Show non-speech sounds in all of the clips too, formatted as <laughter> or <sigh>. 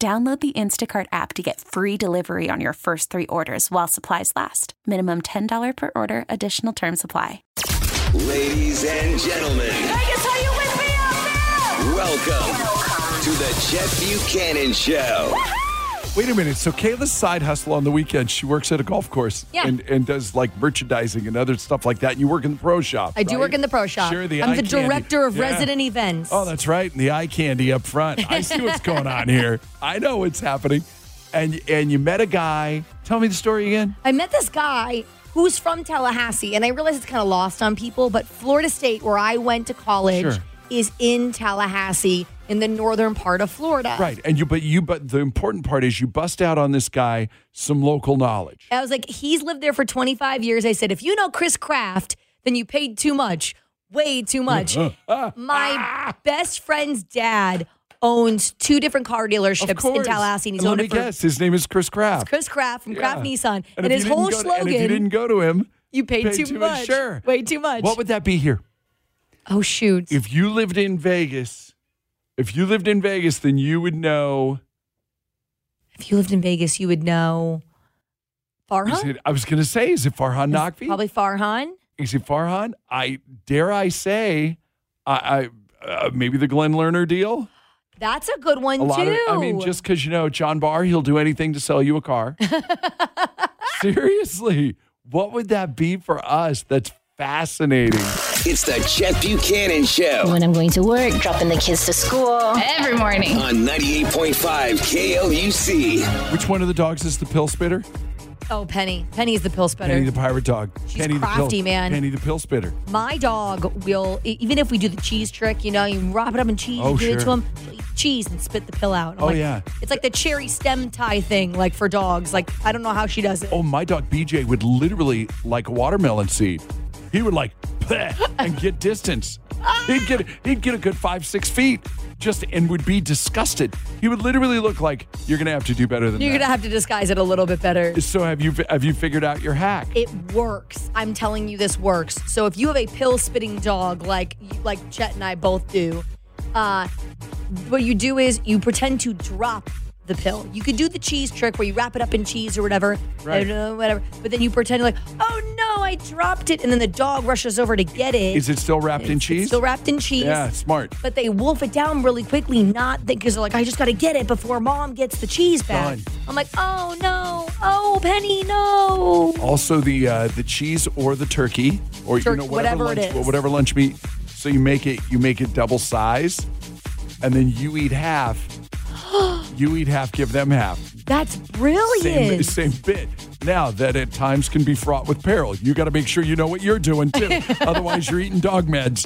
Download the Instacart app to get free delivery on your first three orders while supplies last. Minimum $10 per order, additional term supply. Ladies and gentlemen. Vegas, are you with me out there? Welcome to the Jeff Buchanan Show. Wait a minute. So Kayla's side hustle on the weekend, she works at a golf course Yeah. and, and does like merchandising and other stuff like that. You work in the pro shop. I do right? work in the pro shop. Share the I'm eye the candy. director of Yeah. resident events. Oh, that's right. And the eye candy up front. I see <laughs> what's going on here. I know what's happening. And and you met a guy. Tell me the story again. I met this guy who's from Tallahassee, and I realize it's kind of lost on people, but Florida State, where I went to college, Sure. is in Tallahassee in the northern part of Florida. Right. And you but you but the important part is you bust out on this guy some local knowledge. I was like, he's lived there for 25 years. I said, if you know Chris Kraft, then you paid too much, way too much. Uh-huh. Ah. My best friend's dad owns two different car Of dealerships course. in Tallahassee, and he's Let owned me it for guess. His name is Chris Kraft. Chris Kraft from Kraft Yeah. Nissan, and, if his you didn't whole go to- slogan. and if you didn't go to him, You paid too much. Sure. Way too much. What would that be here? Oh shoot. If you lived in Vegas, if you lived in Vegas, then you would know. If you lived in Vegas, you would know Is Farhan. it, I was going to say, is it Farhan Naqvi? Uh-huh. Probably Farhan. Is it Farhan? I dare I say, I, I uh, maybe the Glenn Lerner deal. That's a good one A lot too. of, I mean, just because you know John Barr, he'll do anything to sell you a car. Seriously, what would that be for us? That's fascinating. It's the Jeff Buchanan Show when I'm going to work, dropping the kids to school. Every morning. on 98.5 KLUC. Which one of the dogs is the pill spitter? oh Penny. Penny is the pill spitter. Penny the pirate dog. She's Penny the crafty, pill, man. Penny the pill spitter. My dog will e- even if we do the cheese trick, you know, you wrap it up in cheese, Oh, you give it to sure. him, she'll eat cheese and spit the pill out. I'm Oh, like- yeah. It's like the cherry stem tie thing, like for dogs. Like I don't know how she does it. Oh, my dog BJ would literally like a watermelon seed. He would like "Bleh," and get distance. He'd get he'd get a good five six feet just and would be disgusted. He would literally look like you're gonna have to do better than You're gonna that. have to disguise it a little bit better. so have you have you figured out your hack? it works. I'm telling you, this works. So if you have a pill spitting dog, like like Chet and I both do, uh, what you do is you pretend to drop the pill. You could do the cheese trick where you wrap it up in cheese or whatever, Right. uh, whatever. But then you pretend like, oh no, I dropped it, and then the dog rushes over to get it. Is it still wrapped in It's- it's cheese? still wrapped in cheese. Yeah, smart. But they wolf it down really quickly, not because they're like, I just got to get it before mom gets the cheese back. Done. I'm like, oh no, oh Penny, no. Also the uh, the cheese or the turkey or you Turkey, know whatever, whatever it lunch is. whatever lunch meat. So you make it you make it double size, and then you eat <gasps> half. you eat half, give them half. That's brilliant. Same, same bit. Now that at times can be fraught with peril. You got to make sure you know what you're doing too. <laughs> Otherwise, you're eating dog meds.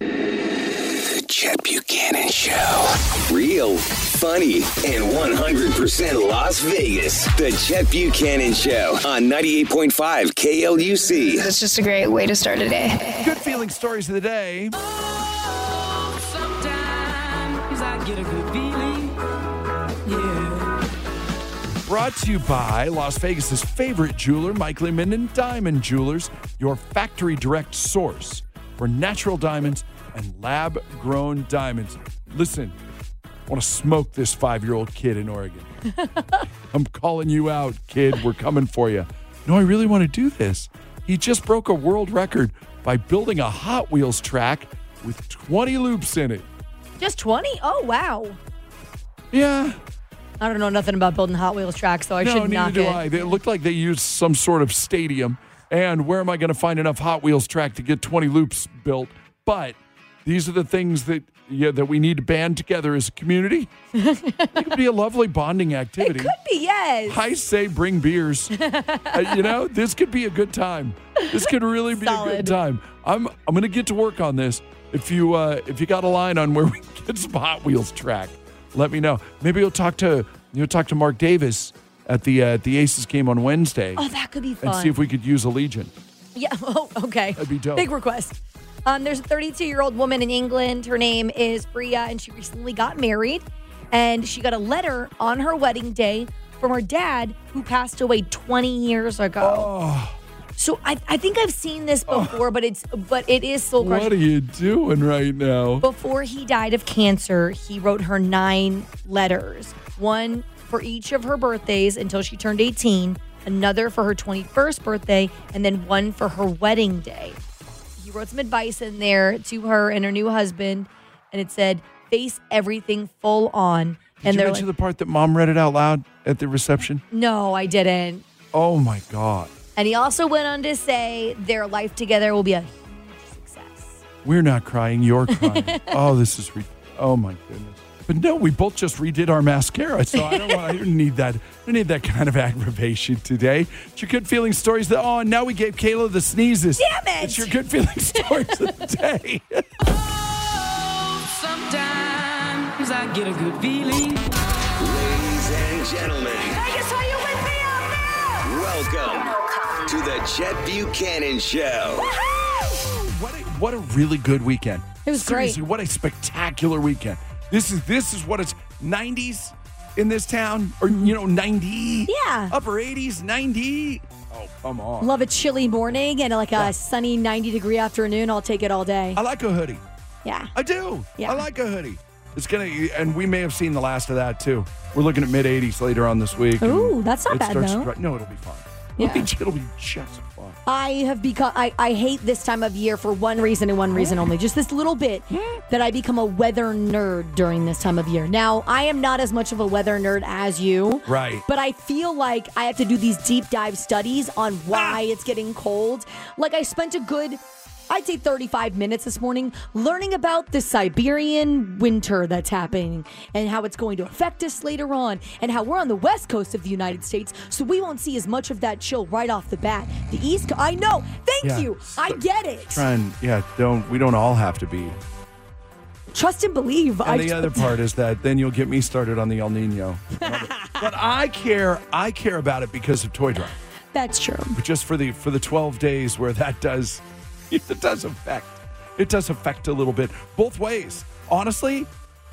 The Jeff Buchanan Show. Real, funny, and 100% Las Vegas. The Jeff Buchanan Show on 98.5 KLUC. It's just a great way to start a day. Good feeling stories of the day. Sometimes I get a good feeling. Yeah. Brought to you by Las Vegas's favorite jeweler, Mike Lehman and Diamond Jewelers, your factory direct source for natural diamonds and lab grown diamonds. Listen, I want to smoke this five year old kid in Oregon. I'm calling you out, kid. We're coming for you. No, I really want to do this. He just broke a world record by building a Hot Wheels track with 20 loops in it. Just 20? Oh, wow. Yeah. I don't know nothing about building Hot Wheels tracks, so I no, should neither knock do it. I. It looked like they used some sort of stadium. And where am I going to find enough Hot Wheels track to get 20 loops built? But these are the things that yeah, that we need to band together as a community. <laughs> it could be a lovely bonding It activity. could be, yes. I say bring <laughs> beers. Uh, you know, this could be a good time. This could really be a Solid. good time. I'm I'm gonna get to work on this. If you uh, if you got a line on where we can get some Hot Wheels track, let me know. Maybe you'll talk to you'll talk to Mark Davis at the uh, at the Aces game on Wednesday Oh, that could be fun. and see if we could use a Legion. Yeah. <laughs> Oh, okay. That'd be dope. Big request. Um, there's a 32 year old woman in England. Her name is Bria, and she recently got married. And she got a letter on her wedding day from her dad, who passed away 20 years ago. Oh. So I, I think I've seen this before, but it's but it is soul crushing. What are you doing right now? Before he died of cancer, he wrote her nine letters, one for each of her birthdays until she turned 18, another for her 21st birthday, and then one for her wedding day. He wrote some advice in there to her and her new husband, and it said, face everything full on. Did and you they're mention like, the part that mom read it out loud at the reception? no, I didn't. Oh my god. And he also went on to say their life together will be a huge success. We're not crying, you're <laughs> crying. oh, this is re- oh my goodness. But no, we both just redid our mascara, so I don't want I don't need that. I don't need that kind of aggravation today. It's your good feeling stories that oh and now we gave Kayla the sneezes. Damn it! It's your good feeling <laughs> stories of the day. <laughs> Sometimes I get a good feeling. Ladies and gentlemen, Vegas, are you with me out there? welcome to the Jet <laughs> Buchanan Show. What a, what a really good weekend. It was great. Seriously, what a spectacular weekend. This is this is what it's 90s in this town or you know 90 Mm-hmm. Yeah. upper 80s 90 oh come on Love a chilly morning and like a sunny 90 degree afternoon. I'll take it all day. i like a hoodie Yeah. I do. Yeah. I like a hoodie. It's gonna, and we may have seen the last of that too. We're looking at mid 80s later on this week. and Ooh, that's not it bad, starts to though. dry- no, it'll be fine. Yeah. It'll, be, it'll be just fine. I have become, I, I hate this time of year for one reason and one reason only. Just this little bit that I become a weather nerd during this time of year. Now, I am not as much of a weather nerd as you. Right. But I feel like I have to do these deep dive studies on why Ah! it's getting cold. Like, I spent a good. I'd say 35 minutes this morning learning about the Siberian winter that's happening and how it's going to affect us later on, and how we're on the west coast of the United States, so we won't see as much of that chill right off the bat. The east coast, I know. Thank Yeah. you. I get it. Trying, yeah. Don't we don't all have to be. Trust and believe. And I, the <laughs> other part is that then you'll get me started on the El Nino. but I care. I care about it because of Toy Drive. that's true. But just for the for the 12 days where that does <laughs> it does affect it does affect a little bit both ways honestly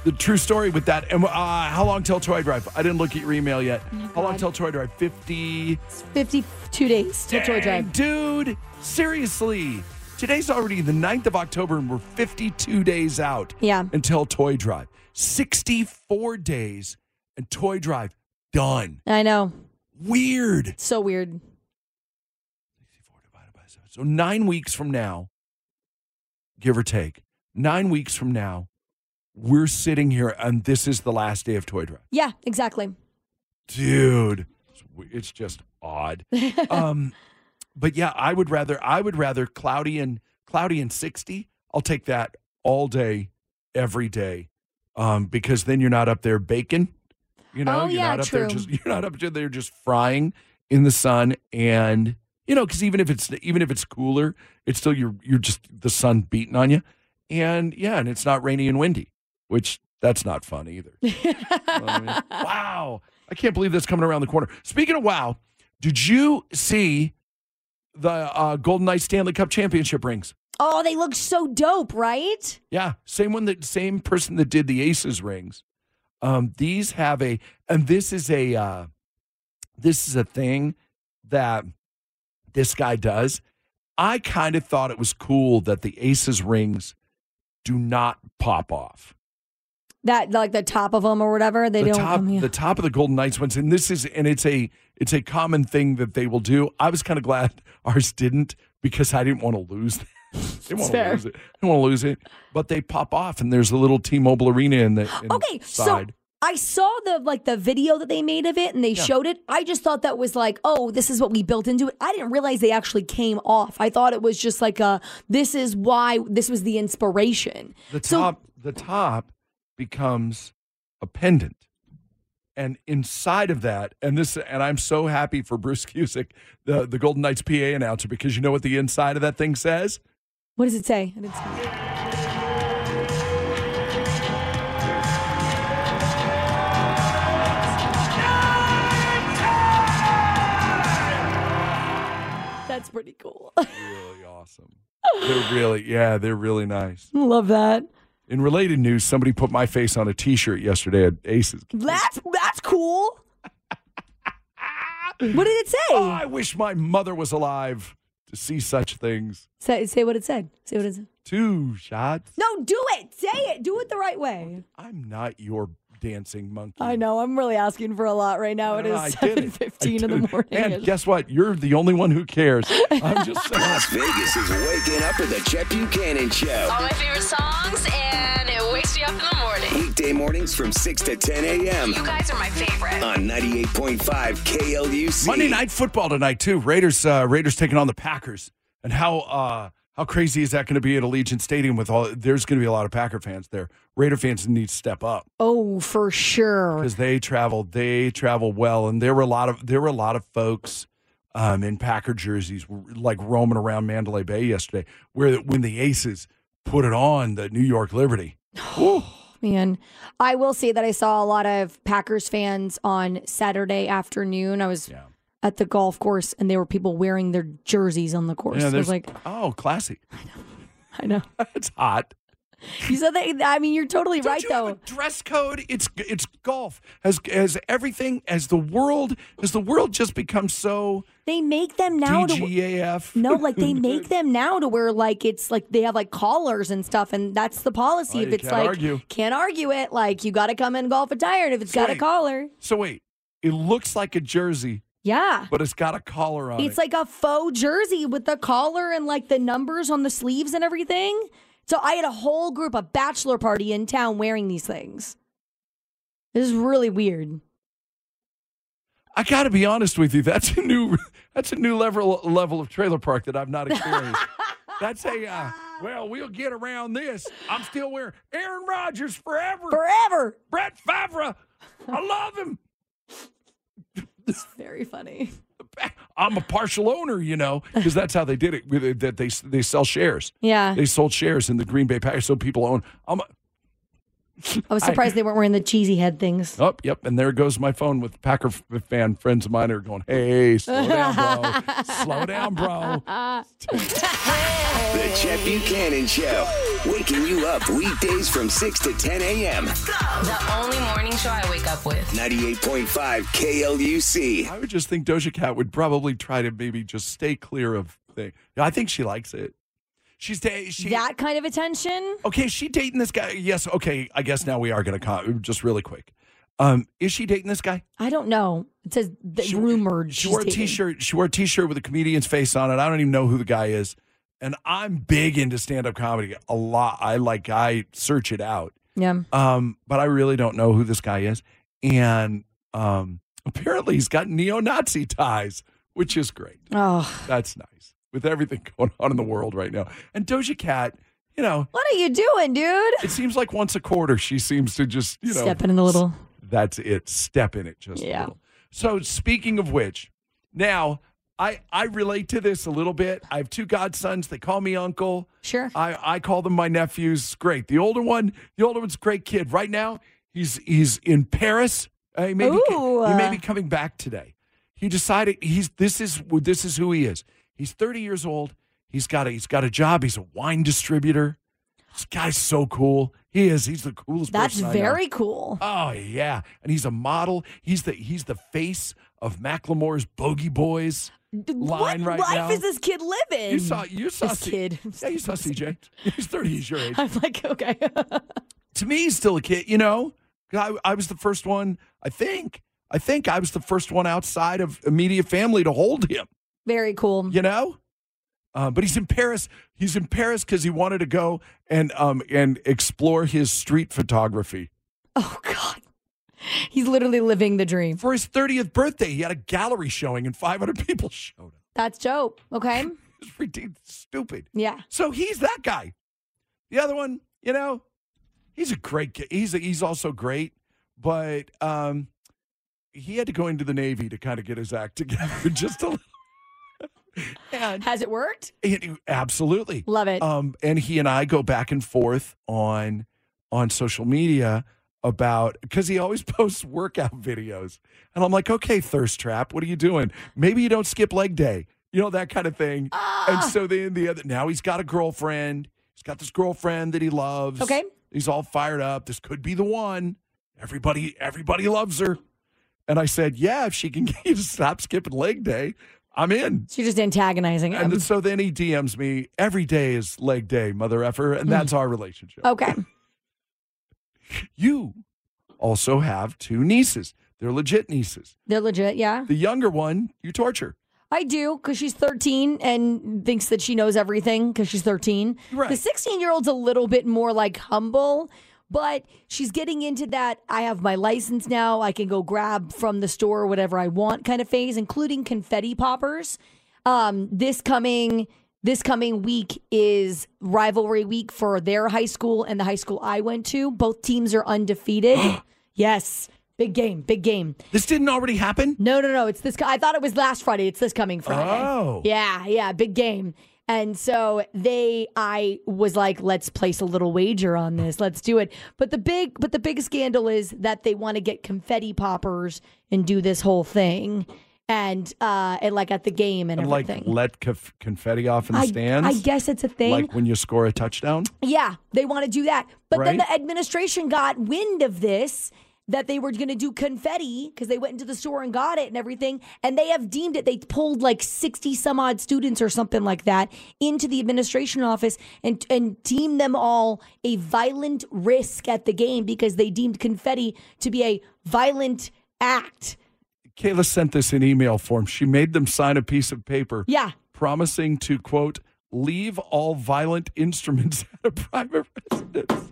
the true story with that and uh, how long till toy drive i didn't look at your email yet Oh how long till toy drive 50 It's 52 days to Toy Dang, Drive. dude seriously today's already the 9th of october and we're 52 days out Yeah. until toy drive 64 days and toy drive done I know. weird So weird. 64 divided by 7. So nine weeks from now, give or take, nine weeks from now, we're sitting here and this is the last day of Toy Drive. Yeah, exactly. Dude, it's w- it's just <laughs> odd. um, but yeah, I would rather, I would rather cloudy and cloudy and 60. I'll take that all day, every day. Um, because then you're not up there baking. You know, Oh, you're yeah, not up there true. just <laughs> you're not up there just frying in the sun and you know because even if it's even if it's cooler it's still you're you're just the sun beating on you and yeah and it's not rainy and windy which that's not fun either You know what I mean? <laughs> wow i can't believe that's coming around the corner speaking of wow did you see the uh, golden knights stanley cup championship rings Oh, they look so dope, right? yeah, same one that same person that did the Aces rings. Um, these have a, and this is a, uh, this is a thing that this guy does. I kind of thought it was cool that the Aces rings do not pop off. That like the top of them or whatever. They the don't. top, come- yeah. the top of the Golden Knights ones, and this is, and it's a, it's <laughs> <laughs> a common thing that they will do. I was kind of glad ours didn't because I didn't want to lose. They want to fair. lose it. They want to lose it, but they pop off, and there's a little T-Mobile Arena in the in Okay, the side. so I saw the like the video that they made of it and they showed it. I just thought that was like, oh, this is what we built into it. I didn't realize they actually came off. I thought it was just like a this is why this was the inspiration. the so- top the top becomes a pendant and inside of that and this and i'm so happy for bruce cusick the, the golden knights pa announcer because you know what the inside of that thing says What does it say? I didn't see it. That's pretty cool. <laughs> really awesome they're really yeah they're really nice Love that. in related news somebody put my face on a t-shirt yesterday at aces That's that's cool. What did it say? oh, i wish my mother was alive to see such things Say say what it said. Say what it said. two shots No, do it. Say it. Do it the right way. i'm not your dancing monkey I know. I'm really asking for a lot right now. It No, no, is I did seven it. fifteen I in the did morning. it. And guess what? You're the only one who cares. I'm <laughs> just saying. Las Vegas is waking up with the Chet Buchanan Show. All my favorite songs, and it wakes me up in the morning. Weekday mornings from 6 to 10 a.m. You guys are my favorite. on 98.5 KLUC. Monday night football tonight too. Raiders uh, Raiders taking on the Packers. And how uh, how crazy is that going to be at Allegiant Stadium with all? There's going to be a lot of Packer fans there. Raider fans need to step up oh, for sure. because they travel they travel well, and there were a lot of there were a lot of folks. Um, in Packer jerseys, like roaming around Mandalay Bay yesterday, where when the Aces put it on the New York Liberty, Man, I will say that I saw a lot of Packers fans on Saturday afternoon. I was Yeah. at the golf course, and there were people wearing their jerseys on the course. I was there's like, oh, classy, <laughs> I know. it's hot. You said that. I mean, you're totally Don't right, you have though. a dress code. It's it's golf. Has has everything? Has the world? Has the world just become so they make them now to. DGAF? No, <laughs> like they make them now to where like it's like they have like collars and stuff, and that's the policy. Well, if you it's can't like argue. can't argue it, like you got to come in golf attired if it's got a Sweet. collar. So wait, it looks like a jersey, Yeah, but it's got a collar on it. it's like a faux jersey with the collar and like the numbers on the sleeves and everything. So I had a whole group, a bachelor party in town, wearing these things. This is really weird. I got to be honest with you. That's a new that's a new level level of trailer park that I've not <laughs> experienced. that's a uh, well, we'll get around this. I'm still wearing Aaron Rodgers forever. Forever. Brett Favre, I love him. It's very funny. I'm a partial owner, you know, because that's how they did it. with it, That they they sell shares. <laughs> Yeah, They sold shares in the Green Bay Packers, so people own. I'm I was surprised they weren't wearing the cheesy head things. oh, yep, and there goes my phone with Packer f- fan friends of mine are going, "Hey, slow down, bro. slow down, bro." The Chet Buchanan Show. Waking you up weekdays from 6 to 10 a.m. The only morning show I wake up with. 98.5 KLUC. I would just think Doja Cat would probably try to maybe just stay clear of things. I think she likes it. She's da- she That kind of attention. okay. Is she dating this guy? Yes. Okay. I guess now we are going to con- just really quick. Um, is she dating this guy? I don't know. It says th- She- rumored. She she's wore a dating. t-shirt. She wore a t-shirt with a comedian's face on it. I don't even know who the guy is. And I'm big into stand-up comedy a lot. I like I search it out. Yeah. Um, but I really don't know who this guy is. And um, apparently he's got neo-Nazi ties, which is great. Oh, That's nice. With everything <laughs> going on in the world right now. And Doja Cat, you know, what are you doing, dude? it seems like once a quarter she seems to just, you know, Stepping in a little. that's it. Step in it just a Yeah. little. So speaking of which, now I I relate to this a little bit. I have two godsons. They call me uncle. Sure. I, I call them my nephews. Great. The older one, the older one's a great kid. Right now, he's he's in Paris. Uh, he may be, Ooh. he may be coming back today. He decided he's this is this is who he is. He's 30 years old. He's got a, he's got a job. He's a wine distributor. This guy's so cool. He is. He's the coolest. That's person I know. very cool. Oh yeah, and he's a model. He's the he's the face of Macklemore's Bogey Boys. what line right life now. is this kid living? You saw you saw This C- kid. <laughs> Yeah, you saw <laughs> CJ. He's thirty. He's your age. I'm like, okay. <laughs> to me, he's still a kid. You know, I, I was the first one. I think I think I was the first one outside of immediate family to hold him. very cool. You know, Uh, but he's in Paris. He's in Paris because he wanted to go and um and explore his street photography. Oh God, he's literally living the dream. For his 30th birthday, he had a gallery showing and 500 <laughs> people showed up. That's dope. Okay. <laughs> It's ridiculous, stupid. Yeah. So he's that guy. The other one, you know, he's a great kid. He's a, he's also great, but um, he had to go into the Navy to kind of get his act <laughs> together just a little. and Has it worked? it, Eh, absolutely, Love it. um, and he and I go back and forth on on social media about because he always <laughs> posts workout videos, and I'm like, okay, thirst trap, what are you doing? Maybe you don't skip leg day, you know that kind of thing. And Ah. so then the other now he's got a girlfriend. He's got this girlfriend that he loves. Okay. he's all fired up. This could be the one. Everybody, everybody loves her. And I said, yeah, if she can <laughs> get you to stop skipping leg day, I'm in. so you're just antagonizing him. And then- so then he DMs me every day is leg day, mother effer, Mm. and that's our relationship. okay. You also have two nieces. They're legit nieces. They're legit. Yeah. The younger one, you torture. I do because she's 13 and thinks that she knows everything because she's 13. Right. The 16 year old's a little bit more like humble, but she's getting into that I have my license now. I can go grab from the store whatever I want kind of phase, including confetti poppers. Um, this coming this coming week is rivalry week for their high school and the high school I went to. Both teams are undefeated. yes, big game, big game. This didn't already happen? No, no, no. It's this. I thought it was last Friday. It's this coming Friday. Oh. Yeah, yeah. Big game. And so they, I was like, let's place a little wager on this. Let's do it. But the big, but the big scandal is that they want to get confetti poppers and do this whole thing, and uh, and like at the game and, And like everything. let conf- confetti off in the I, stands? I guess it's a thing. Like when you score a touchdown? Yeah, they want to do that. But Right? then the administration got wind of this that they were going to do confetti because they went into the store and got it and everything. And they have deemed it, they pulled like 60 some odd students or something like that into the administration office and, and deemed them all a violent risk at the game because they deemed confetti to be a violent act. Kayla sent this in email form. She made them sign a piece of paper Yeah. promising to, quote, leave all violent instruments <laughs> at a private residence.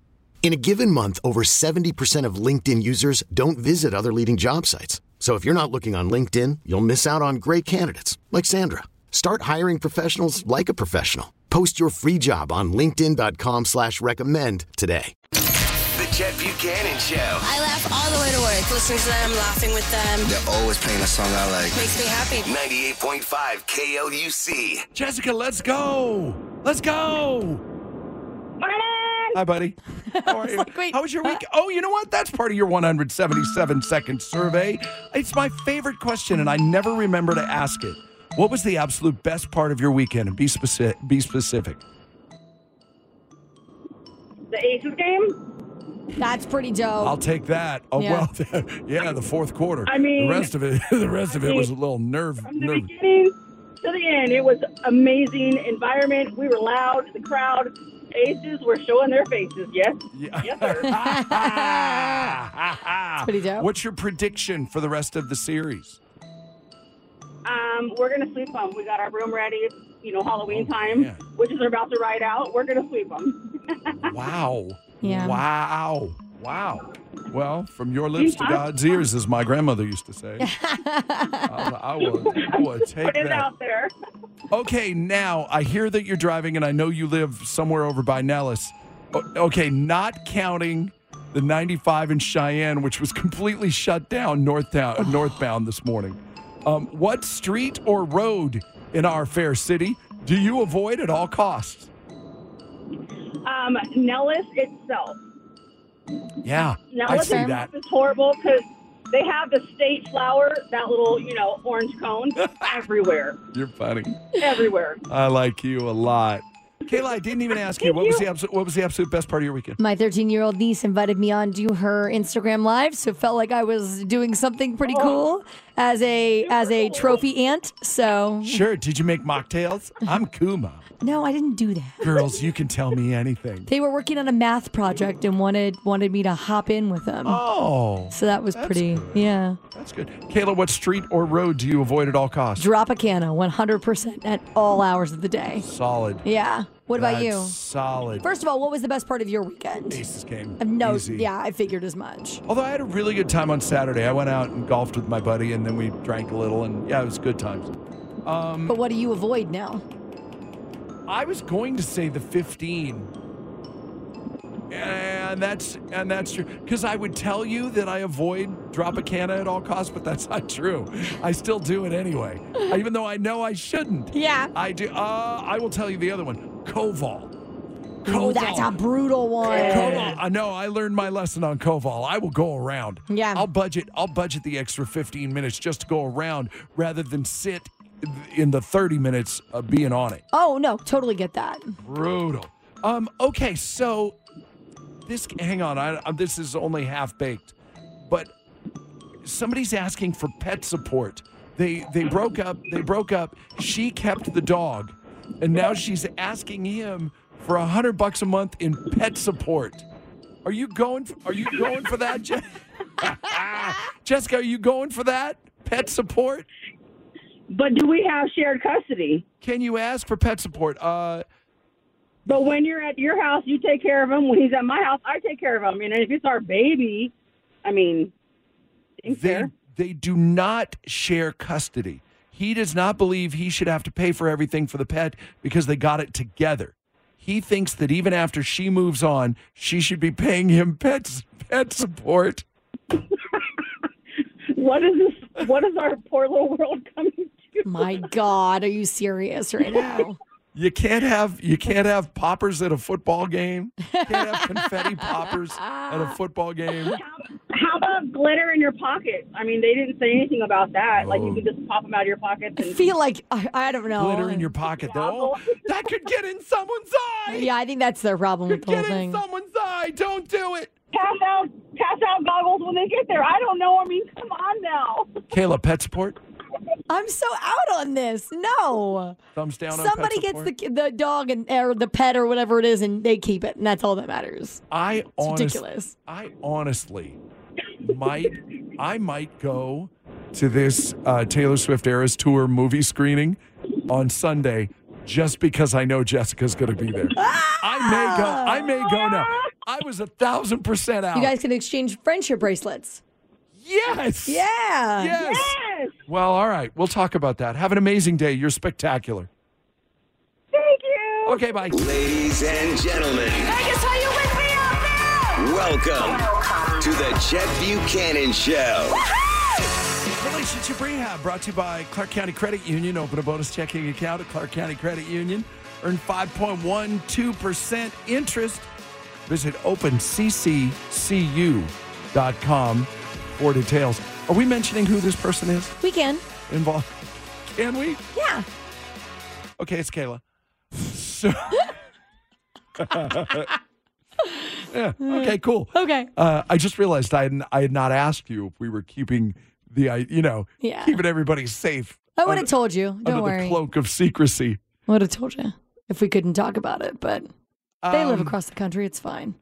In a given month, over 70% of LinkedIn users don't visit other leading job sites. So if you're not looking on LinkedIn, you'll miss out on great candidates like Sandra. Start hiring professionals like a professional. Post your free job on linkedin.com/recommend slash recommend today. The Chet Buchanan Show. I laugh all the way to work. Listening to them, laughing with them. They're always playing a song I like. Makes me happy. 98.5 KLUC. Jessica, let's go. Let's go. Hi, buddy. How are you? How was your week? Oh, you know what? That's part of your 177 second survey. It's my favorite question, and I never remember to ask it. What was the absolute best part of your weekend? And be specific. Be specific. The Aces game? That's pretty dope. I'll take that. Oh Yeah. well, <laughs> yeah, the fourth quarter. I mean- the rest of it. <laughs> The rest of it was a little nerve. the nerve. beginning to the end. It was amazing environment. We were loud. The crowd aces were showing their faces. Yes. Yes, <laughs> sir. That's pretty dope. What's your prediction for the rest of the series? um, we're going to sweep them. We got our room ready. It's, you know, Halloween Oh, time. Witches are about to ride out. We're going to sweep them. Wow. Yeah. Wow. Wow. Well, from your lips to Meantime- God's ears, as my grandmother used <laughs> to say. I, I will, I will take Put it that. out there. Okay, now I hear that you're driving, and I know you live somewhere over by Nellis. O- Okay, not counting the 95 in Cheyenne, which was completely shut down northbound, uh, northbound this morning. Um, what street or road in our fair city do you avoid at all costs? Um, Nellis itself. Yeah, I Nellis see itself that. is horrible because they have the state flower, that little, you know, orange cone, everywhere. You're funny. Everywhere. I like you a lot. Kayla, I didn't even ask you what was the absolute, what was the absolute best part of your weekend. My 13 year old niece invited me onto her Instagram live, so it felt like I was doing something pretty Oh. cool as a as a trophy aunt. So Sure. Did you make mocktails? I'm Kuma. no, I didn't do that. Girls, you can tell me anything. They were working on a math project and wanted wanted me to hop in with them. Oh, so that was that's pretty. Yeah, That's good. Kayla, what street or road do you avoid at all costs? Dropicana, 100 percent at all hours of the day. Solid. Yeah. What about That's you? Solid. First of all, what was the best part of your weekend? Aces game. No, Easy. yeah, I figured as much. Although I had a really good time on Saturday. I went out and golfed with my buddy, and then we drank a little, and yeah, it was good times. Um, But what do you avoid now? I was going to say the 15. And that's and that's true because I would tell you that I avoid Dropicana at all costs, but that's not true. I still do it anyway, <laughs> even though I know I shouldn't. Yeah, I do. Uh, I will tell you the other one, Koval. Ooh, that's a Koval. brutal one. Koval. I know. I learned my lesson on Koval. I will go around. Yeah. I'll budget. I'll budget the extra 15 minutes just to go around rather than sit in the 30 minutes of being on it. Oh no, totally get that. Brutal. Um. Okay. So this. Hang on. I, I- this is only half baked, but somebody's asking for pet support. They they broke up. They broke up. She kept the dog, and now she's asking him for a hundred bucks a month in pet support. Are you going? For, are you going for that, Je- <laughs> Jessica? Are you going for that pet support? But do we have shared custody? Can you ask for pet support? Uh. But when you're at your house, you take care of him. When he's at my house, I take care of him. And if it's our baby, I mean, they, they do not share custody. He does not believe he should have to pay for everything for the pet because they got it together. He thinks that even after she moves on, she should be paying him pet, pet support. <laughs> what is this? What is our poor little world coming to? My God, are you serious right now? You can't have you can't have poppers at a football game. You can't have confetti poppers at a football game. How about glitter in your pocket? I mean, they didn't say anything about that. Like you can just pop them out of your pockets. I And feel like I, I don't know. Glitter in your pocket, though. That could get in someone's eye. Yeah, I think that's their problem with the whole Get in thing. someone's eye. Don't do it. pass out, pass out goggles when they get there. I don't know. I mean, come on now. Kayla, pet support. I'm so out on this. No, Thumbs down. on pet somebody gets support. the the dog and or the pet or whatever it is, and they keep it, and that's all that matters. I honest- ridiculous. I honestly might I might go to this uh, Taylor Swift Eras Tour movie screening on Sunday just because I know Jessica's going to be <laughs> there. I may go. I may go now. I was a thousand percent out. You guys can exchange friendship bracelets. yes. Yeah. Yes. Yes. Well, all right. We'll talk about that. Have an amazing day. You're spectacular. Thank you. Okay. Bye. Ladies and gentlemen, Vegas, are you with me out there? welcome to the Chet Buchanan Show. Relationship Rehab brought to you by Clark County Credit Union. Open a bonus checking account at Clark County Credit Union. Earn 5.12% interest. Visit opencccu.com for details. Are we mentioning who this person is We can. involved? Can we? Yeah. Okay, it's <laughs> Kayla. So. <laughs> Yeah, Okay, cool. Okay. Uh, I just realized I had, I had not asked you if we were keeping the, I you know, Yeah. keeping everybody safe. I would have under- told you. Don't under the worry. cloak of secrecy. Would have told you if we couldn't talk about it, but They Um, live across the country. It's fine.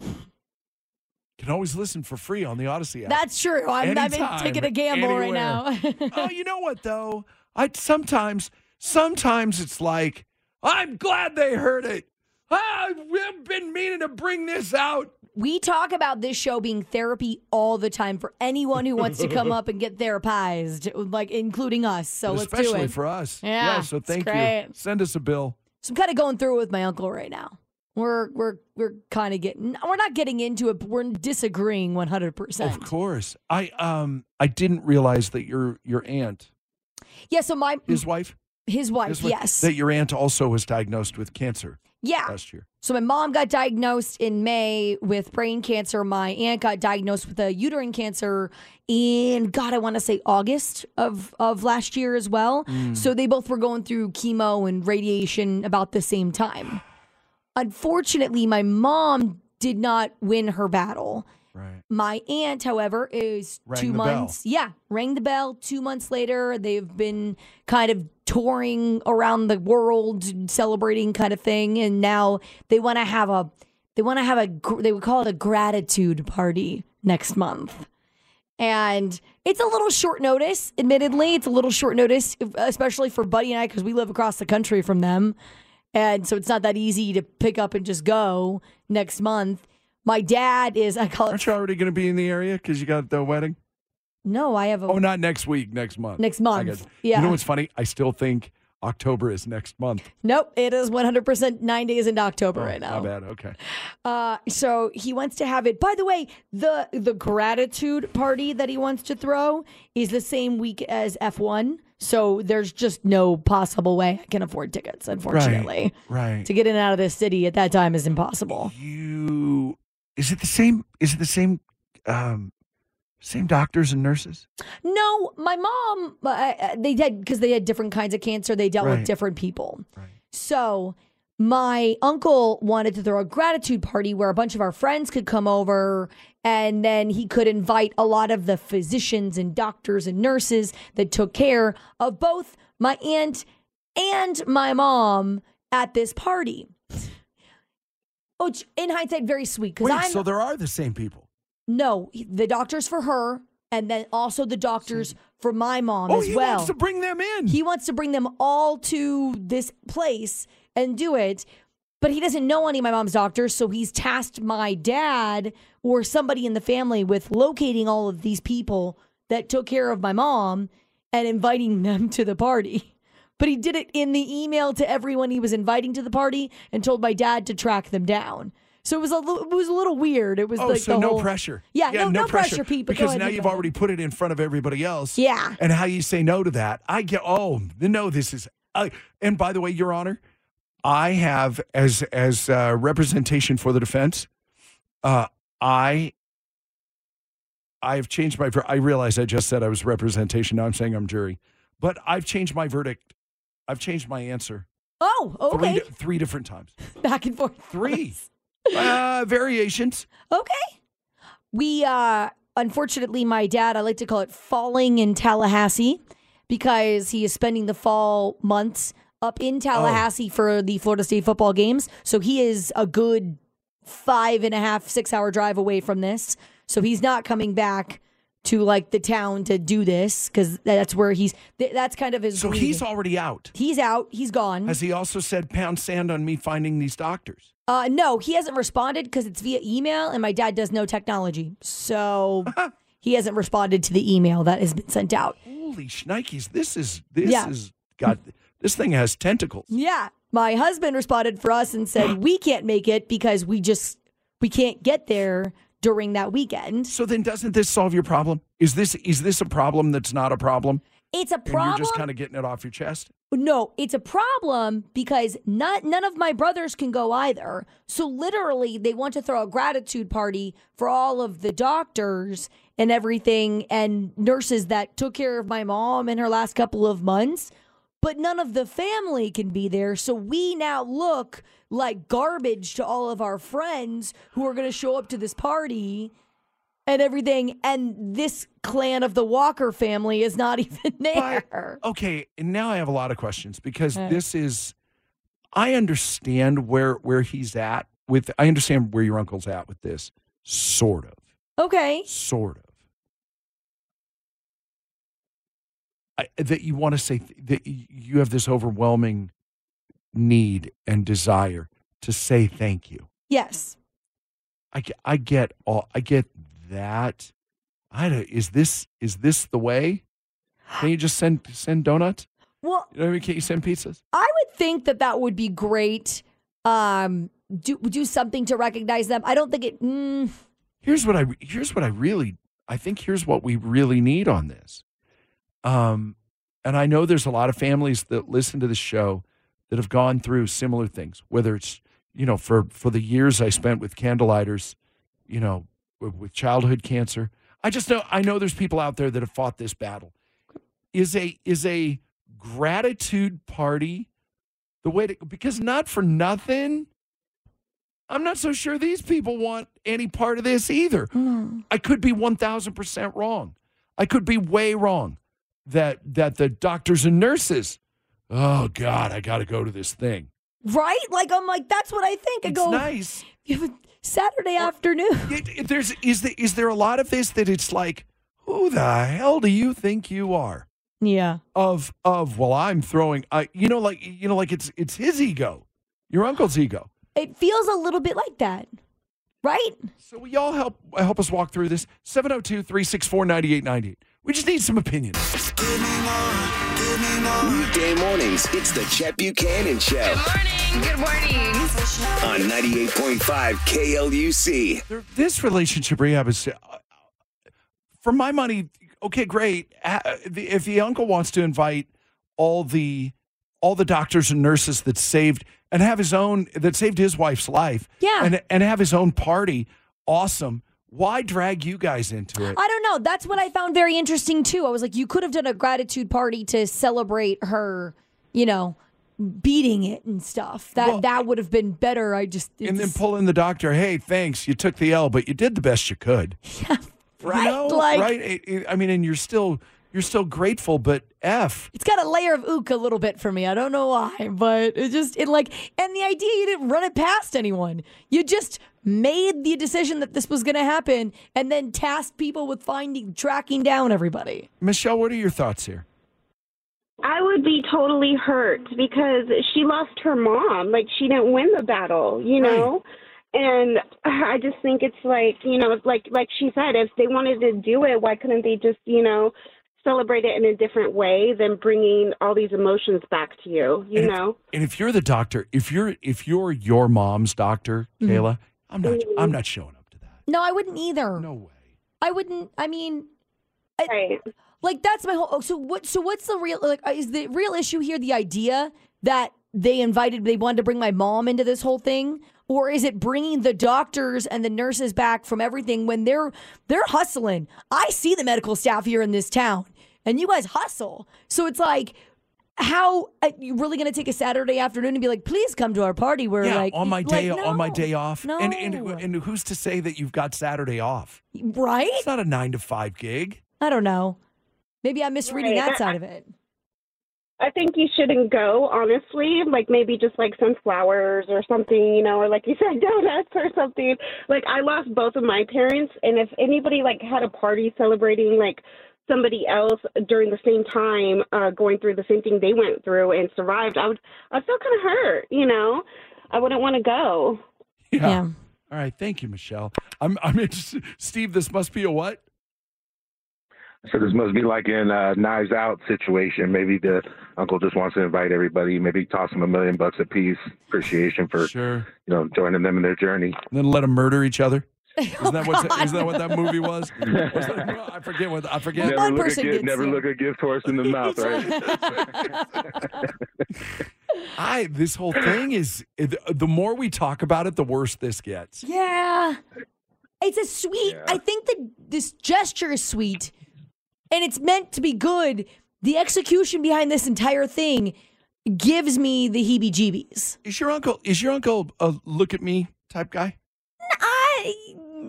Can always listen for free on the Odyssey app. That's true. I'm, I'm Anytime, taking a gamble right now. <laughs> anywhere. oh, you know what though? I sometimes, sometimes it's like I'm glad they heard it. Ah, I've been meaning to bring this out. We talk about this show being therapy all the time for anyone who wants <laughs> to come up and get therapized, like including us. So But let's especially do it. for us. Yeah, so it's thank you. great. Send us a bill. So I'm kind of going through it with my uncle right now. We're we're we're kind of getting we're not getting into it, but we're disagreeing 100. Of percent course. I um I didn't realize that your your aunt, Yeah. So my his wife, his wife, his wife, Mm. Uh, yes, Ah. that your aunt also was diagnosed with cancer yeah. last year. So my mom got diagnosed in May with brain cancer. My aunt got diagnosed with a uterine cancer in God, I want to say August of of last year as well. Mm. So they both were going through chemo and radiation about the same time. Unfortunately, my mom did not win her battle. Right. My aunt, however, is Rang the two bell. months. Yeah, rang the bell. Two months later, they've been kind of touring around the world, celebrating kind of thing, and now they want to have a they want to have a gr- they would call it a gratitude party next month, and it's a little short notice. Admittedly, it's a little short notice, especially for Buddy and I, because we live across the country from them, and so it's not that easy to pick up and just go next month. My dad is I call it Aren't you already going to be in the area because you got the wedding? No, I have a. Oh, not next week, next month. Next I month, got you. yeah. You know what's funny? I still think October is next <laughs> month. Nope, it is 100% nine days into October right Oh, My now. bad. Okay. Uh, so he wants to have it. By the way, the the gratitude party that he wants to throw is the same week as F1. So there's just no possible way I can afford tickets, unfortunately. Right. To get in and out of this city at that time is impossible. You is it the same? Is it the same? Um, same doctors and nurses. No, my mom, uh, uh, they did because they had different kinds of cancer. They dealt Right. with different people. So my uncle wanted to throw a gratitude party where a bunch of our friends could come over and then he could invite a lot of the physicians and doctors and nurses that took care of both my aunt and my mom at this party. Which in hindsight, very sweet. 'cause Wait, I'm, so there are the same people. no, he- the doctors for her, and then also the doctors for my mom Oh, Um, as he well. wants to bring them in. He wants to bring them all to this place and do it. But he doesn't know any of my mom's doctors, so he's tasked my dad or somebody in the family with locating all of these people that took care of my mom and inviting them to the party. <laughs> But he did it in the email to everyone he was inviting to the party and told my dad to track them down. So it was a little, it was a little weird. It was oh, like so the no whole- pressure. Yeah, no, no, pressure, Pete. but go Because ahead, now you you've go. already put it in front of everybody else. Yeah. And how you say no to that? I get. Oh, no, this is. I and by the way, Your Honor, I have as as uh, representation for the defense. Uh, I. I've changed my. ver- I realize I just said I was representation. Now I'm saying I'm jury, but I've changed my verdict. I've changed my answer. Oh, okay. Three, di- three different times. <laughs> Back and forth. <laughs> Three uh, variations. Okay. We uh unfortunately my dad, I like to call it falling in Tallahassee because he is spending the fall months up Oh. in Tallahassee for the Florida State football games. So he is a good five and a half, six hour drive away from this. So he's not coming back to like the town to do this because that's where he's th- that's kind of his So he's leaving. already out. he's out he's gone Has he also said pound sand on me finding these doctors? Uh, no, he hasn't responded because it's via email, and my dad does know technology, <laughs> so he hasn't responded to the email that has been sent out. Holy shnikes! This is this Yeah. Mm-hmm. is got this thing has tentacles. Yeah, my husband responded for us and <gasps> said we can't make it because we just we can't get there during that weekend. So then, doesn't this solve your problem? Is this is this a problem that's not a problem? It's a And you're problem. just kind of getting it off your chest. No, it's a problem because not none of my brothers can go either. So literally, they want to throw a gratitude party for all of the doctors and everything and nurses that took care of my mom in her last couple of months, but none of the family can be there. So we now look like garbage to all of our friends who are going to show up to this party and everything and this clan of the Walker family is not <laughs> even there. Okay, and now I have a lot of questions because Right. this is I understand where where he's at with. I understand where your uncle's at with this, sort of. Okay. Sort of. I, that you want to say th- that you have this overwhelming need and desire to say thank you. Yes. I, ge- I get all I get that. I don't, is this is this the way? Can you just send send donuts? Well, You know what I mean? Can't you send pizzas? I would think that that would be great. Um, do do something to recognize them. I don't think it. Mm, here's what I here's what I really I think here's what we really need on this. Um, and I know there's a lot of families that listen to the show that have gone through similar things. Whether it's you know for for the years I spent with candlelighters, you know, w- with childhood cancer. I just know I know there's people out there that have fought this battle. Is a is a gratitude party the way to because not for nothing. I'm not so sure these people want any part of this either. Hmm. I could be 1000% wrong. I could be way wrong that that the doctors and nurses oh god, I got to go to this thing. right? Like I'm like that's what I think. I It's go <laughs> nice. You have a Saturday afternoon. It- it- there's is the, is there a lot of this that it's like who the hell do you think you are? Yeah. Of of well I'm throwing I you know like you know like it's it's his ego. Your uncle's ego. It feels a little bit like that, right? So will y'all help uh, help us walk through this? 702-364-9898. We just need some opinions. Weekday mornings, it's the Chet Buchanan Show Good morning. on 98.5 KLUC. There- this relationship rehab is, uh, for my money, okay, great. Uh, the- If the uncle wants to invite all the all the doctors and nurses that saved and have his own that saved his wife's life, Yeah. and and have his own party, awesome. Why drag you guys into it? I don't know. That's what I found very interesting too. I was like, you could have done a gratitude party to celebrate her, you know, beating it and stuff. That that would have been better. I just and then it's- pull in the doctor. Hey, thanks. You took the L, but you did the best you <laughs> could. right, You know? like right? It- it- I mean, and you're still you're still grateful, but f. it's got a layer of ook a little bit for me. I don't know why, but it just it like and the idea you didn't run it past anyone. You just made the decision that this was going to happen, and then tasked people with finding tracking down everybody. Michelle, what are your thoughts here? I would be totally hurt because she lost her mom. Like she didn't win the battle, you know. And I just think it's like you know, like like she said, if they wanted to do it, why couldn't they just you know celebrate it in a different way than bringing all these emotions back to you? You And if- know. and if you're the doctor, if you're if you're your mom's doctor, Mhm. Kayla, I'm not Mm-hmm. I'm not showing up. No, I wouldn't either. No way. I wouldn't. I mean, I, like that's my whole. oh, So what? So what's the real? Like, uh, is the real issue here the idea that they invited, they wanted to bring my mom into this whole thing, or is it bringing the doctors and the nurses back from everything when they're they're hustling? I see the medical staff here in this town, and you guys hustle. So it's like. How are you really going to take a Saturday afternoon and be like, please come to our party? Where yeah, like on my like, day on my day off. no. And, and and who's to say that you've got Saturday off? Right? It's not a nine to five gig. I don't know. Maybe I'm misreading Right. that side of it. I think you shouldn't go, honestly. Like maybe just like some flowers or something, you know, or like you said, <laughs> donuts or something. Like I lost both of my parents, and if anybody like had a party celebrating like somebody else during the same time, uh, going through the same thing they went through and survived, I would I would feel kind of hurt, you know. I wouldn't want to go. Yeah. All right, thank you, Michelle. I'm I'm interested. Steve, this must be a what? So this must be like an uh, knives out situation. Maybe the uncle just wants to invite everybody. Maybe toss them a million bucks apiece, appreciation for sure. you know joining them in their journey. And then let them murder each other. Isn't <laughs> Oh, that what isn't that what that movie was? Was that- I forget what I forget. never look a gift, never look a gift horse in the mouth, right? I this whole thing is the more we talk about it, the worse this gets. Yeah. It's a sweet. I think that this gesture is sweet and it's meant to be good. The execution behind this entire thing gives me the heebie jeebies. Is your uncle is your uncle a look at me type guy?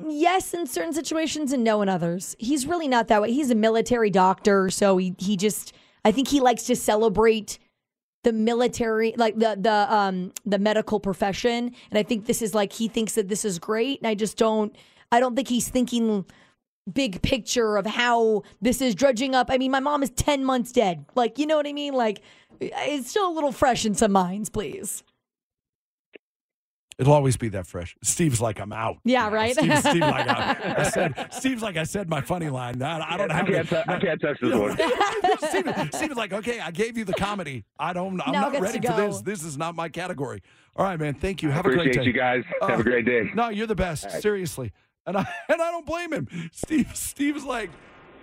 Yes, in certain situations and no in others. He's really not that way. He's a military doctor, so he, he just, I think he likes to celebrate the military, like the the um the medical profession, and I think this is like he thinks that this is great, and I just don't. I don't think he's thinking big picture of how this is dredging up. I mean, my mom is ten months dead. Like, you know what I mean? Like, it's still a little fresh in some minds. Please. It'll always be that fresh. Steve's like, I'm out. Yeah, right. Steve, Steve like, <laughs> I'm- I said, Steve's like, I said my funny line. I, I don't I have can't, the- tou- I can't touch this <laughs> one. Steven, Steven's like, okay, I gave you the comedy. I don't. I'm Now not gets ready to for go. this. This is not my category. All right, man. Thank you. I Have a great day, Oh, appreciate you guys. Have a great day. No, you're the best. All right. Seriously, and I and I don't blame him. Steve Steve's like,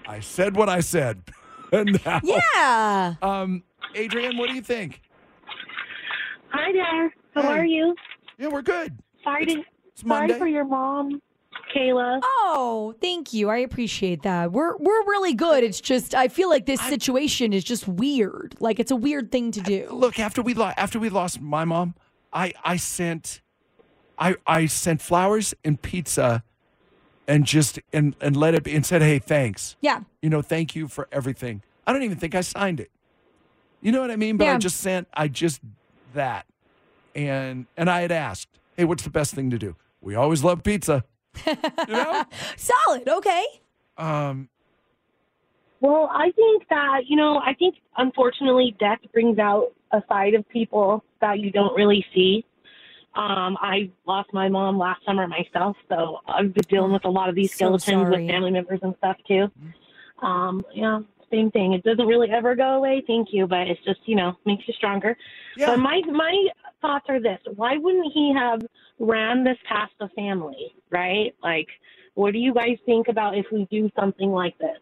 I said what I said, <laughs> and now, Yeah. Um, Adrian, what do you think? Hi there. How Hey. are you? Yeah, we're good. Sorry to, Monday. sorry for your mom, Kayla. Oh, thank you. I appreciate that. We're we're really good. It's just I feel like this situation is just weird. Like it's a weird thing to do. Look, after we lo- after we lost my mom, I I sent, I I sent flowers and pizza, and just and and let it be and said, hey, thanks. Yeah. you know, thank you for everything. I don't even think I signed it. You know what I mean? But I Yeah. just sent, I just that, and and I had asked, hey, what's the best thing to do? We always <laughs> love pizza. Solid. Okay. Um, Well, I think that, you know, I think unfortunately death brings out a side of people that you don't really see. Um, I lost my mom last summer myself, so I've been dealing with a lot of these So skeletons with sorry. Mm-hmm. family members and stuff too. Um, yeah, same thing. It doesn't really ever go away, thank you, but it's just, you know, makes you stronger. Yeah. But my my thoughts are this. Why wouldn't he have ran this past the family, right? Like what do you guys think about if we do something like this?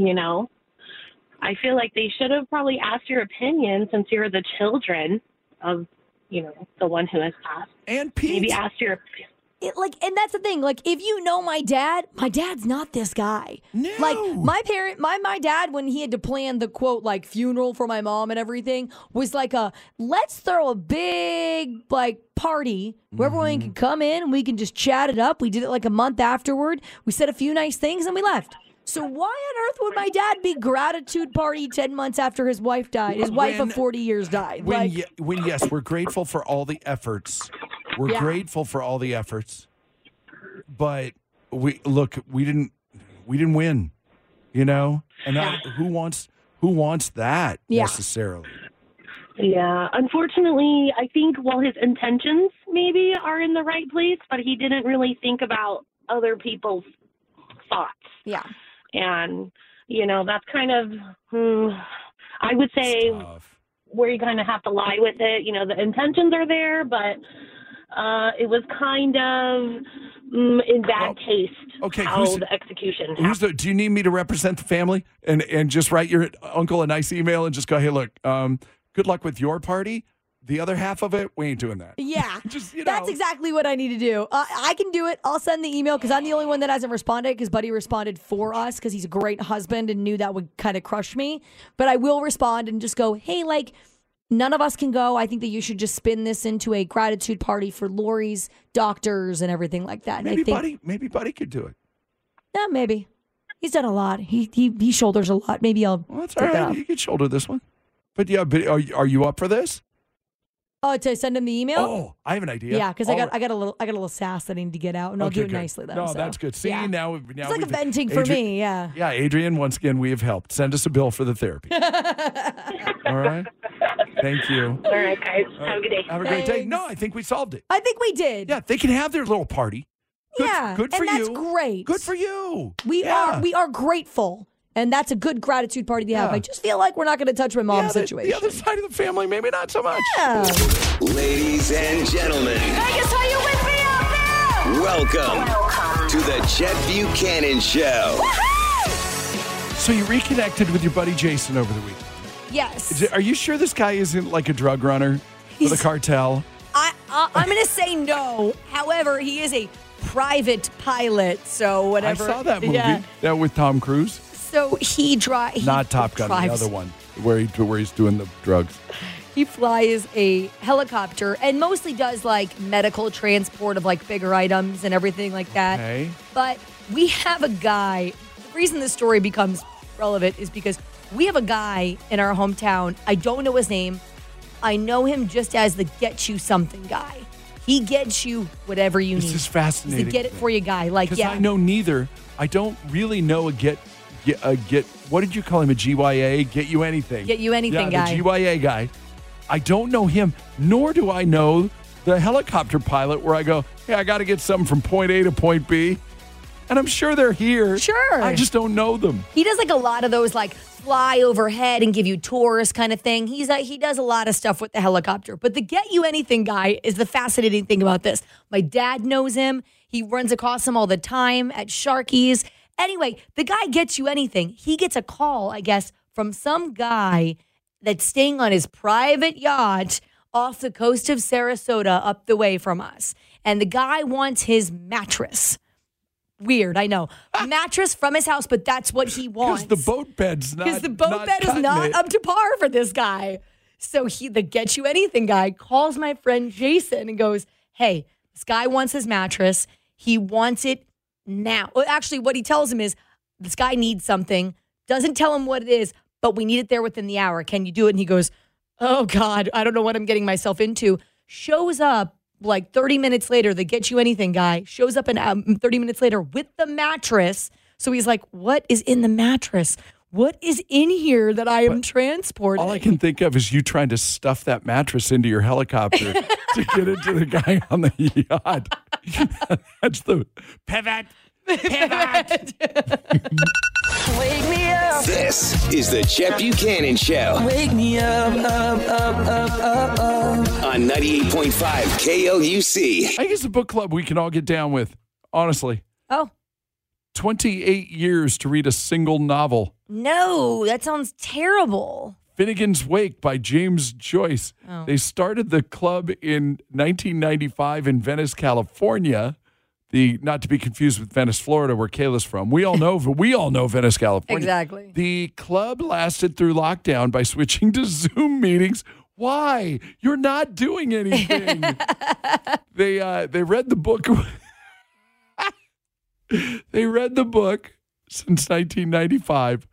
you know i feel like they should have probably asked your opinion since you're the children of you know the one who has passed and maybe ask your It, like and that's the thing. Like if you know my dad, my dad's not this guy. No. Like my parent, my my dad when he had to plan the quote like funeral for my mom and everything was like a let's throw a big like party where Mm-hmm. everyone can come in and we can just chat it up. We did it like a month afterward. We said a few nice things and we left. So why on earth would my dad be gratitude party 10 months after his wife died? His wife When- of 40 years died. when like ye- when yes, we're grateful for all the efforts. We're Yeah. grateful for all the efforts, but we look we didn't we didn't win, you know. And I, who wants who wants that Yeah. necessarily? yeah unfortunately i think while his intentions maybe are in the right place but he didn't really think about other people's thoughts <laughs> yeah. and you know that's kind of hmm, i would say where you kind of have to lie with it you know the intentions are there but uh it was kind of mm, in bad taste okay, how who's- the execution Who's the, do you need me to represent the family and and just write your uncle a nice email and just go, hey, look, um, good luck with your party. The other half of it, we ain't doing that. Yeah. Just, you That's know. exactly what I need to do. Uh, I can do it. I'll send the email because I'm the only one that hasn't responded because Buddy responded for us because he's a great husband and knew that would kind of crush me. But I will respond and just go, hey, like, none of us can go. I think that you should just spin this into a gratitude party for Lori's doctors and everything like that. And I Maybe think, buddy, maybe buddy could do it. Yeah, maybe. He's done a lot. He he, he shoulders a lot. Maybe I'll That's all pick that right. up. You can shoulder this one. But yeah, but are, you- are you up for this? Oh, to send him the email? Oh, I have an idea. yeah, because I All got right. I got a little I got a little sass that I need to get out, and I'll Okay, do it good. nicely though. No, so. that's good. See, yeah. now, we've- now it's like we've- a venting for Adri- me. Yeah. Yeah, Adrian, once again, we have helped. Send us a bill for the <laughs> therapy. All right. Thank you. all right guys have a good day Have a great day. No, I think we solved it. I think we did. Yeah, they can have their little party. Good, yeah. Good for and that's you. great. Good for you. We Yeah. are we are grateful. And that's a good gratitude party to have. Yeah. I just feel like we're not going to touch my mom's the, situation. the other side of the family, maybe not so much. Ladies and gentlemen, Vegas, are you with me out there? welcome, to the Chet Buchanan Show. So you reconnected with your buddy Jason over the weekend. Is Yes. it- Are you sure this guy isn't like a drug runner for the He's- cartel? I, I I'm going to say no. However, he is a private pilot, so whatever. I saw that movie. Yeah. That with Tom Cruise. So he drives Not Top Gun, the other one where he where he's doing the drugs. He flies a helicopter and mostly does like medical transport of like bigger items and everything like that. Okay. But we have a guy. The reason this story becomes relevant is because we have a guy in our hometown. I don't know his name, I know him just as the get you something guy. He gets you whatever you need. This is fascinating. He's the get it for you guy. Like, Because yeah. I know neither. I don't really know a get, get, a get. What did you call him? A GYA? Get you anything? Get you anything yeah, guy. The GYA guy. I don't know him, nor do I know the helicopter pilot. Where I go, hey, I got to get something from point A to point B, and I'm sure they're here. Sure. I just don't know them. He does like a lot of those like fly overhead and give you tours kind of thing. He's like he does a lot of stuff with the helicopter. But the get you anything guy is the fascinating thing about this. My dad knows him. He runs across him all the time at Sharky's. Anyway, the guy gets you anything. He gets a call, I guess, from some guy that's staying on his private yacht off the coast of Sarasota up the way from us. And the guy wants his mattress. Weird, I know. Mattress from his house, but that's what he wants. Because the boat bed's not. Because the boat not bed is cutting not it. up to par for this guy. So he, the get you anything guy, calls my friend Jason and goes, "Hey, this guy wants his mattress. He wants it now." Well, actually, what he tells him is, "This guy needs something." Doesn't tell him what it is, but we need it there within the hour. Can you do it? And he goes, "Oh God, I don't know what I'm getting myself into." Shows up like 30 minutes later. The get you anything guy shows up and um, 30 minutes later with the mattress. So he's like, "What is in the mattress?" What is in here that I am transporting? All I can think of is you trying to stuff that mattress into your <laughs> helicopter to get it to the guy on the yacht. <laughs> That's the pivot. Wake me up. This is the Chet Buchanan Show Wake me up, up, up, up, up, up. on 98.5 KLUC. I think it's a book club we can all get down with, honestly. Oh. 28 years to read a single novel. No, that sounds terrible. Finnegan's Wake by James Joyce. Oh. They started the club in 1995 in Venice, California. The not to be confused with Venice, Florida, where Kayla's from. We all know, we all know Venice, California. Exactly. The club lasted through lockdown by switching to Zoom meetings. Why? You're not doing anything. they uh, they read the book. <laughs> they read the book since 1995,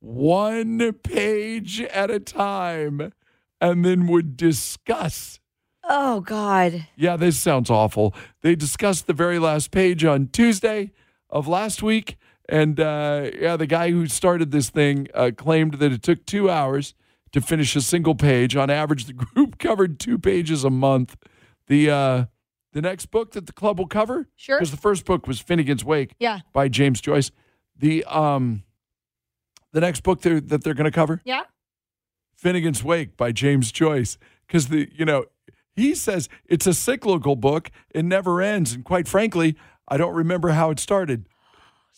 one page at a time, and then would discuss. Oh God. Yeah, this sounds awful. They discussed the very last page on Tuesday of last week. And uh, yeah, the guy who started this thing uh, claimed that it took two hours to finish a single page. On average, the <laughs> group covered two pages a month. The uh, the next book that the club will cover, Sure. because the first book was Finnegan's Wake, Yeah. by James Joyce. The um, the next book they're, that they're going to cover, Yeah. Finnegan's Wake by James Joyce because the you know he says it's a cyclical book it never ends and quite frankly I don't remember how it started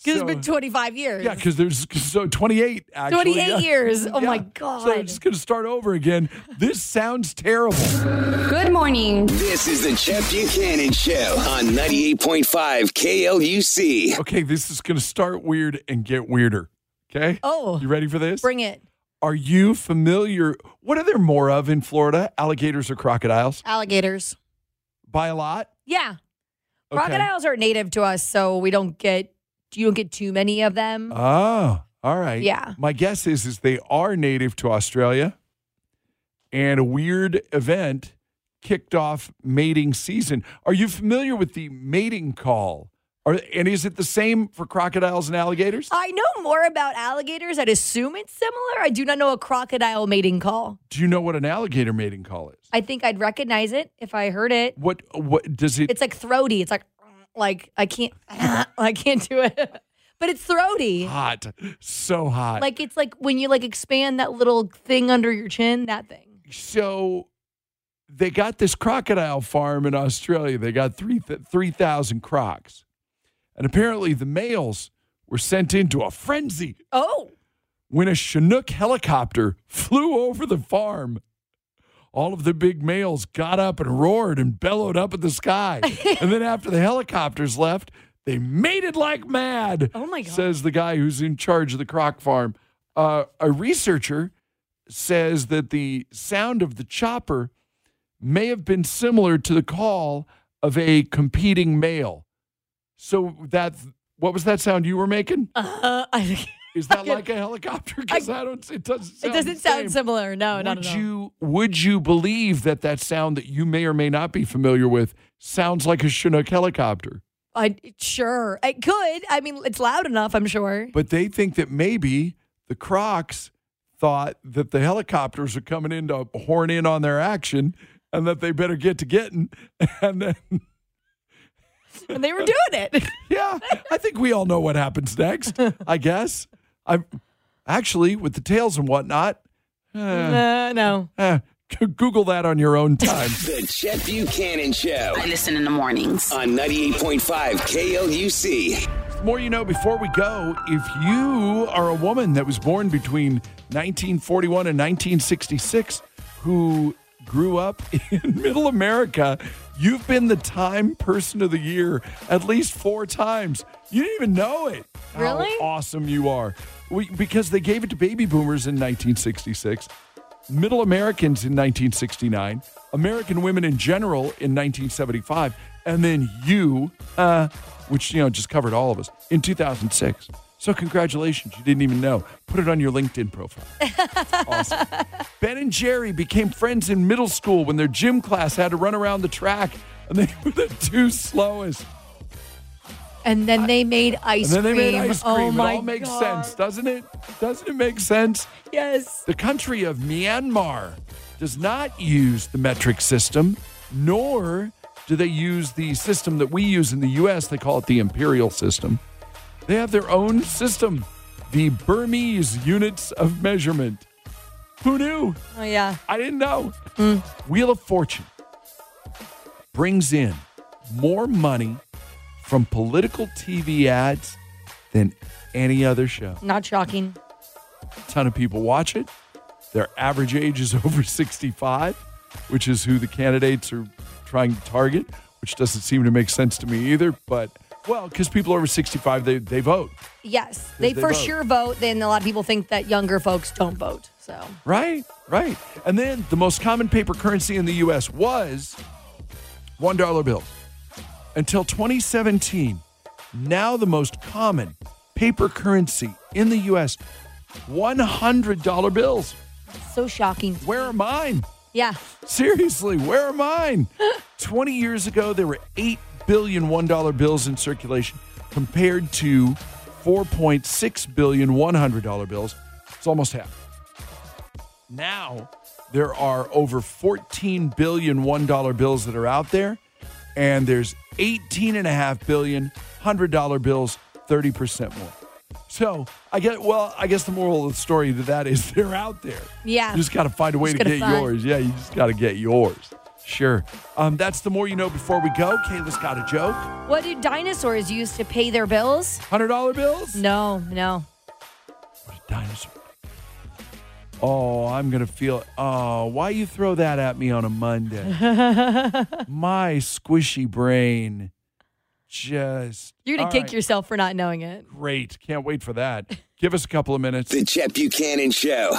Because So- it's been 25 years. yeah because there's 'cause so 28 actually 28 yeah. years. Oh, my so God. it's just gonna start over again this sounds terrible Good morning. This is the Chet Buchanan Show on 98.5 KLUC. okay this is gonna start weird and get weirder okay Oh. you ready for this Bring it. are you familiar what are there more of in Florida alligators or crocodiles Alligators. by a lot Yeah. Okay. Crocodiles are native to us, so we don't get you don't get too many of them. Oh, all right. Mm-hmm. Yeah. My guess is is they are native to Australia, and a weird event kicked off mating season. Are you familiar with the mating call? Are, and is it the same for crocodiles and alligators? I know more about alligators. I'd assume it's similar. I do not know a crocodile mating call. Do you know what an alligator mating call is? I think I'd recognize it if I heard it. What what does it? It's like throaty. It's like <clears throat> like I can't <clears throat> I can't do it. <laughs> But it's throaty. hot, so hot. Like it's like when you like expand that little thing under your chin, that thing. so they got this crocodile farm in Australia. They got three th- 3,000 crocs. And apparently the males were sent into a frenzy Oh. when a Chinook helicopter flew over the farm. All of the big males got up and roared and bellowed up at the <laughs> sky. and then after the helicopters left, they mated like mad. Oh my God. Says the guy who's in charge of the croc farm. Uh, a researcher says that the sound of the chopper may have been similar to the call of a competing male. So that what was that sound you were making? <laughs> Uh, I, Is that like a helicopter? <laughs> Because I, don't. It doesn't. It Sound doesn't the sound same. similar. No, not Would at all. you would you believe that that sound that you may or may not be familiar with sounds like a Chinook helicopter? I sure it could. I mean, it's loud enough. I'm sure. But they think that maybe the Crocs thought that the helicopters are coming in to horn in on their action, and that they better get to getting. <laughs> And then, And they were doing <laughs> it. <laughs> yeah, I think we all know what happens next. I guess I'm actually with the tails and whatnot. eh, Uh, no. eh, Google that on your own time. The Chet Buchanan Show. I listen in the mornings. On 98.5 KLUC. The more you know before we go, if you are a woman that was born between 1941 and 1966 who grew up <laughs> in middle America, you've been the time person of the year at least four times. You didn't even know it. Really? How awesome you are. We, because they gave it to baby boomers in 1966, middle Americans in 1969, American women in general in 1975, and then you, uh, which, you know, just covered all of us, in 2006. So, congratulations. You didn't even know. Put it on your LinkedIn <laughs> profile. Awesome. Ben and Jerry became friends in middle school when their gym class had to run around the track, and they <laughs> were the two slowest. And then they made ice and then they cream. made ice cream. Oh it my all makes God. sense, doesn't it? Doesn't it make sense? Yes. The country of Myanmar does not use the metric system, nor do they use the system that we use in the U.S. They call it the imperial system. They have their own system, the Burmese units of measurement. Who knew? Oh yeah. I didn't know. Wheel of Fortune brings in more money from political TV ads than any other show. Not shocking. ton of people watch it. Their average age is <laughs> over 65, which is who the candidates are trying to target, which doesn't seem to make sense to me either. But, well, because people over 65, they, they vote, Yes, they, they for vote. sure vote. Then a lot of people think that younger folks don't vote. So right? Right. And then the most common paper currency in the U.S. was $1 bills. Until 2017, now the most common paper currency in the U.S., $100 bills. so shocking. Where are mine? Yeah. Seriously, where are mine? 20 years ago, there were 8 billion $1 bills in circulation compared to 4.6 billion $100 bills. It's almost half. Now, there are over 14 billion $1 bills that are out there, and there's 18.5 billion $100 bills, 30% more. So, I get, well, I guess the moral of the story to that is <laughs> they're out there. Yeah. You just got to find a way Just to gotta get find- yours. Yeah, you just got to get yours. Sure. Um, that's the more you know before we go. Kayla's got a joke. What do dinosaurs use to pay their bills? $100 bills? No, no. What a dinosaur. Oh, I'm going to feel. Oh, why you throw that at me on a <laughs> Monday? My squishy brain. Just. You're gonna All kick right, yourself for not knowing it. Great. Can't wait for <laughs> that. Give us a couple of minutes. The Chet Buchanan Show.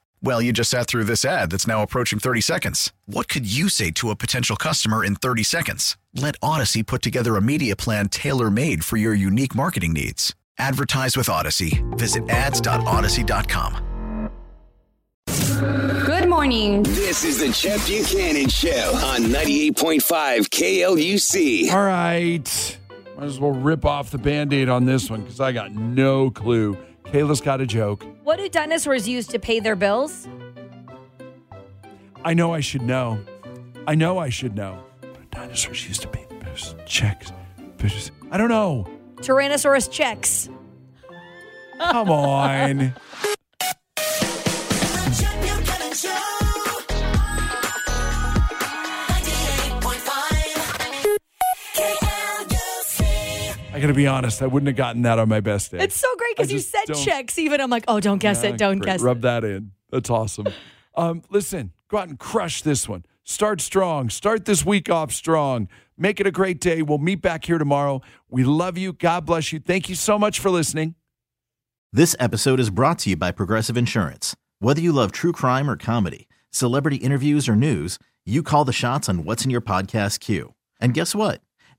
Well, you just sat through this ad that's now approaching 30 seconds. What could you say to a potential customer in 30 seconds? Let Odyssey put together a media plan tailor made for your unique marketing needs. Advertise with Odyssey. Visit ads.odyssey.com. Good morning. This is the Jeff Buchanan Show on 98.5 KLUC. All right. Might as well rip off the band aid on this one because I got no clue. Kayla's got a joke. What do dinosaurs use to pay their bills? I know I should know. I know I should know. But dinosaurs used to pay the bills. Checks. Bitches. I don't know. Tyrannosaurus checks. Come <laughs> on. I gotta be honest, I wouldn't have gotten that on my best day. It's so great because I you just said don't- checks. Even I'm like, oh, don't guess Yeah, it. Don't great. guess Rub that in. That's awesome. um, listen, go out and crush this one. Start strong. Start this week off strong. Make it a great day. We'll meet back here tomorrow. We love you. God bless you. Thank you so much for listening. This episode is brought to you by Progressive Insurance. Whether you love true crime or comedy, celebrity interviews or news, you call the shots on what's in your podcast queue. And guess what?